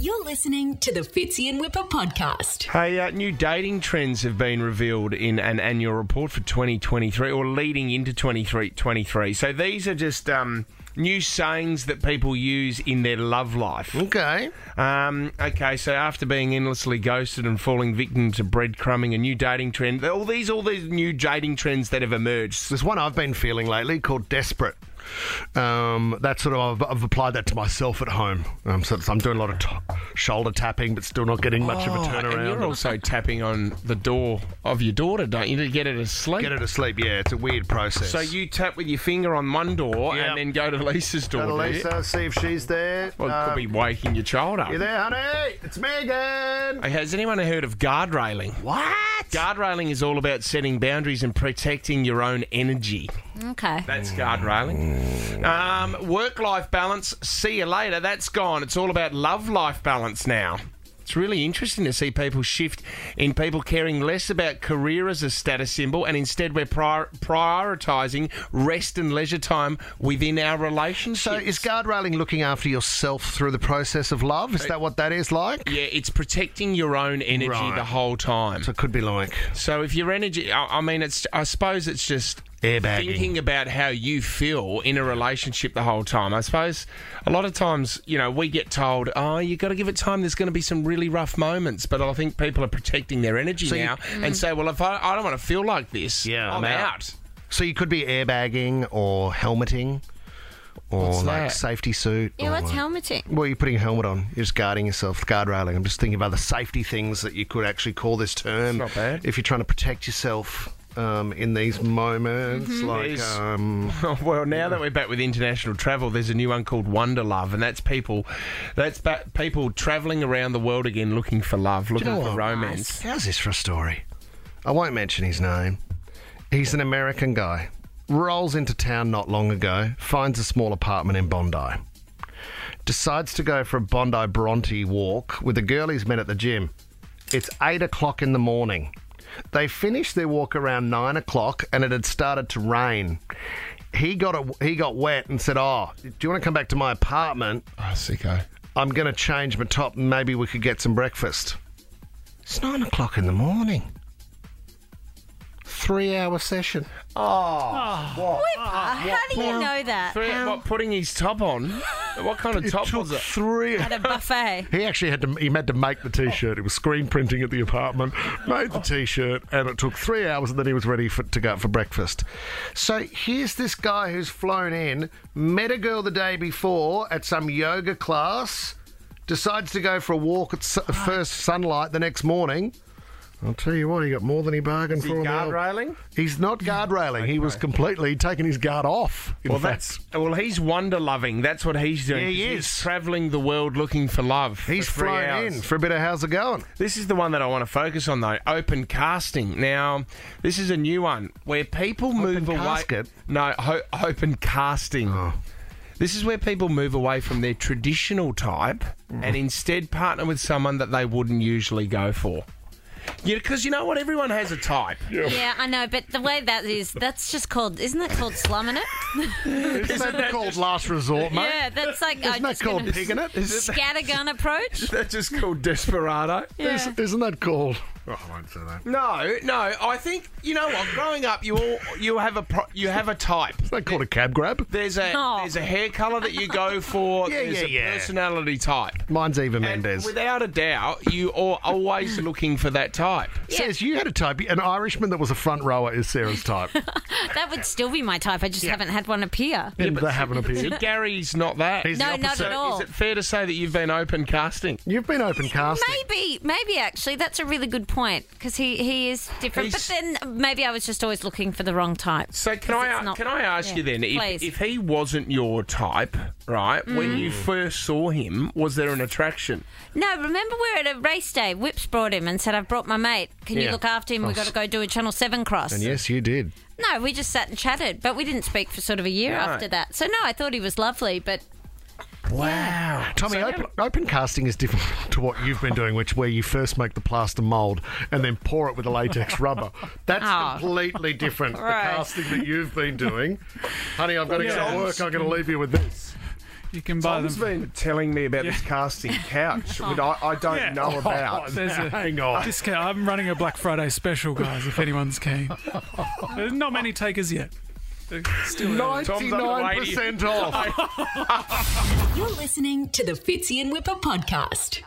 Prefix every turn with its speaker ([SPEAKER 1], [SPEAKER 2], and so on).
[SPEAKER 1] You're listening to the Fitzy and Whipper podcast.
[SPEAKER 2] Hey, uh, new dating trends have been revealed in an annual report for 2023 or leading into 23 23. So these are just um, new sayings that people use in their love life.
[SPEAKER 3] Okay.
[SPEAKER 2] Um, okay, so after being endlessly ghosted and falling victim to breadcrumbing, a new dating trend. All these, all these new dating trends that have emerged.
[SPEAKER 3] There's one I've been feeling lately called desperate. Um, that's sort of I've, I've applied that to myself at home. Um, so it's- I'm doing a lot of t- shoulder tapping, but still not getting much of a
[SPEAKER 2] Oh, and
[SPEAKER 3] turnaround.
[SPEAKER 2] you're also tapping on the door of your daughter, don't you, to get her to sleep?
[SPEAKER 3] Get her to sleep. Yeah, it's a weird process.
[SPEAKER 2] so you tap with your finger on one door
[SPEAKER 3] Yeah.
[SPEAKER 2] and then go to Lisa's door.
[SPEAKER 3] Go to
[SPEAKER 2] do you?
[SPEAKER 3] Lisa, see if she's there.
[SPEAKER 2] Well, it
[SPEAKER 3] Um,
[SPEAKER 2] could be waking your child up.
[SPEAKER 3] You there, honey? It's Megan.
[SPEAKER 2] Hey, Has anyone heard of guard railing?
[SPEAKER 3] What?
[SPEAKER 2] Guard railing is all about setting boundaries and protecting your own energy.
[SPEAKER 4] Okay.
[SPEAKER 2] That's guard railing. Um, work life balance, see you later. That's gone. It's all about love life balance now. It's really interesting to see people shift in people caring less about career as a status symbol and instead we're prior- prioritising rest and leisure time within our relationships.
[SPEAKER 3] So is guard railing looking after yourself through the process of love? Is that what that is like?
[SPEAKER 2] yeah, it's protecting your own energy
[SPEAKER 3] Right.
[SPEAKER 2] the whole time.
[SPEAKER 3] So it could be like
[SPEAKER 2] So if your energy, I, I mean, it's. I suppose it's just
[SPEAKER 3] Airbagging.
[SPEAKER 2] thinking about how you feel in a relationship the whole time. I suppose a lot of times, you know, we get told, "Oh, you got to give it time. There's going to be some really rough moments." But I think people are protecting their energy
[SPEAKER 3] you-
[SPEAKER 2] now and say, "Well, if I, I don't want to feel like this,
[SPEAKER 3] Yeah,
[SPEAKER 2] I'm,
[SPEAKER 3] I'm out."
[SPEAKER 2] out.
[SPEAKER 3] So you could be airbagging or helmeting or
[SPEAKER 2] What's
[SPEAKER 3] like
[SPEAKER 2] that?
[SPEAKER 3] safety suit.
[SPEAKER 4] Yeah,
[SPEAKER 3] or
[SPEAKER 4] what's
[SPEAKER 3] like-
[SPEAKER 4] helmeting?
[SPEAKER 3] Well, you're putting a helmet on. You're just guarding yourself, guard railing. I'm just thinking of other safety things that you could actually call this term.
[SPEAKER 2] It's not bad.
[SPEAKER 3] If you're trying to protect yourself um, in these moments,
[SPEAKER 4] Mm-hmm.
[SPEAKER 3] like
[SPEAKER 2] There's-
[SPEAKER 3] um,
[SPEAKER 2] well, now that we're back with international travel, there's a new one called Wonder Love, and that's people, that's ba- people traveling around the world again looking for love, looking
[SPEAKER 3] know
[SPEAKER 2] for
[SPEAKER 3] what?
[SPEAKER 2] romance.
[SPEAKER 3] how's this for a story? I won't mention his name. He's an American guy. Rolls into town not long ago. Finds a small apartment in Bondi. Decides to go for a Bondi Bronte walk with a girl he's met at the gym. It's eight o'clock in the morning. They finished their walk around nine o'clock, and it had started to rain. He got a, he got wet and said, "Oh, do you want to come back to my apartment?
[SPEAKER 2] Oh, sicko.
[SPEAKER 3] I'm going to change my top and maybe we could get some breakfast. It's nine o'clock in the morning. Three hour session.
[SPEAKER 4] How do you know that?
[SPEAKER 2] Three,
[SPEAKER 4] Uh, How-
[SPEAKER 2] what, putting his top on? what kind of top was it?
[SPEAKER 3] Three.
[SPEAKER 4] At a buffet.
[SPEAKER 3] He actually had to. He had to make the t-shirt. It was screen printing at the apartment. Made the t-shirt, and it took three hours, and then he was ready for, to go out for breakfast. So here's this guy who's flown in, met a girl the day before at some yoga class, decides to go for a walk at s- first sunlight the next morning. I'll tell you what, he got more than he bargained for. on the old-
[SPEAKER 2] railing?
[SPEAKER 3] He's not guard railing. He was completely taking his guard off. In
[SPEAKER 2] Well,
[SPEAKER 3] fact.
[SPEAKER 2] that's well. He's wonder loving. That's what he's doing.
[SPEAKER 3] Yeah, he
[SPEAKER 2] 'cause He's
[SPEAKER 3] is.
[SPEAKER 2] traveling the world looking for love. for
[SPEAKER 3] he's
[SPEAKER 2] three
[SPEAKER 3] flown
[SPEAKER 2] hours.
[SPEAKER 3] in for a bit of how's it going?
[SPEAKER 2] This is the one that I want to focus on, though. Open casting. Now, this is a new one where people move away.
[SPEAKER 3] casket? Oh.
[SPEAKER 2] No, ho- open casting. This is where people move away from their traditional type
[SPEAKER 3] Mm.
[SPEAKER 2] and instead partner with someone that they wouldn't usually go for. Yeah, because you know what? Everyone has a type.
[SPEAKER 4] Yeah, I know, but the way that is, that's just called, isn't that called slumming it?
[SPEAKER 3] Isn't that, called last resort, mate?
[SPEAKER 4] yeah, that's like, I
[SPEAKER 3] Isn't that
[SPEAKER 4] just
[SPEAKER 3] called
[SPEAKER 4] gonna-
[SPEAKER 3] pigging it? Is it
[SPEAKER 4] scattergun approach.
[SPEAKER 2] That's just called desperado.
[SPEAKER 4] Yeah.
[SPEAKER 3] Isn't that called? Oh, I won't say that. Isn't
[SPEAKER 2] No, no. I think you know what. Growing up, you all you have a pro- you have a type.
[SPEAKER 3] that called a cab grab?
[SPEAKER 2] There's a
[SPEAKER 4] Oh.
[SPEAKER 2] there's a hair color that you go for.
[SPEAKER 3] Yeah,
[SPEAKER 2] there's
[SPEAKER 3] yeah,
[SPEAKER 2] a
[SPEAKER 3] yeah.
[SPEAKER 2] personality type.
[SPEAKER 3] Mine's Eva
[SPEAKER 2] And
[SPEAKER 3] Mendes.
[SPEAKER 2] without a doubt, you are always looking for that type.
[SPEAKER 3] Says you had a type. An Irishman that was a front rower is Sarah's type.
[SPEAKER 4] That would still be my type. I just haven't had one appear.
[SPEAKER 3] and they haven't
[SPEAKER 2] See,
[SPEAKER 3] appeared.
[SPEAKER 2] Gary's not that.
[SPEAKER 3] He's
[SPEAKER 4] No,
[SPEAKER 3] the
[SPEAKER 4] not
[SPEAKER 3] opposite.
[SPEAKER 4] at all.
[SPEAKER 2] Is it fair to say that you've been open casting?
[SPEAKER 3] You've been open casting.
[SPEAKER 4] Maybe, maybe actually, that's a really good point because he, he is different.
[SPEAKER 2] He's-
[SPEAKER 4] But then maybe I was just always looking for the wrong type.
[SPEAKER 2] So can
[SPEAKER 4] 'Cause
[SPEAKER 2] I
[SPEAKER 4] it's not-
[SPEAKER 2] can I ask
[SPEAKER 4] yeah.
[SPEAKER 2] you then if,
[SPEAKER 4] Please. Mm.
[SPEAKER 2] if he wasn't your type, right? When you first saw him, was there an attraction?
[SPEAKER 4] No, remember we are at a race day. Whips brought him and said, "I've brought my mate. Can
[SPEAKER 2] Yeah.
[SPEAKER 4] you look after him? We've got to go do a Channel Seven cross."
[SPEAKER 3] And yes, you did.
[SPEAKER 4] No, we just sat and chatted, but we didn't speak for sort of a year
[SPEAKER 2] No.
[SPEAKER 4] after that. So no, I thought he was lovely, but
[SPEAKER 2] Wow,
[SPEAKER 3] Tommy, open, open casting is different to what you've been doing, which where you first make the plaster mould and then pour it with a latex rubber. That's
[SPEAKER 4] Oh.
[SPEAKER 3] completely different.
[SPEAKER 4] Right.
[SPEAKER 3] The casting that you've been doing, honey. I've got to go to work. I'm going to leave you with this.
[SPEAKER 5] You can buy
[SPEAKER 3] Tom's
[SPEAKER 5] them.
[SPEAKER 3] been telling me about this casting couch, which I, I don't
[SPEAKER 5] Yeah. Oh,
[SPEAKER 3] know about.
[SPEAKER 5] There's a
[SPEAKER 3] Hang on.
[SPEAKER 5] discount. I'm running a Black Friday special, guys. If anyone's keen, there's not many takers yet. They're Still early.
[SPEAKER 2] Tom's on the radio.
[SPEAKER 6] 99% off.
[SPEAKER 1] You're listening to the Fitzy and Whipper podcast.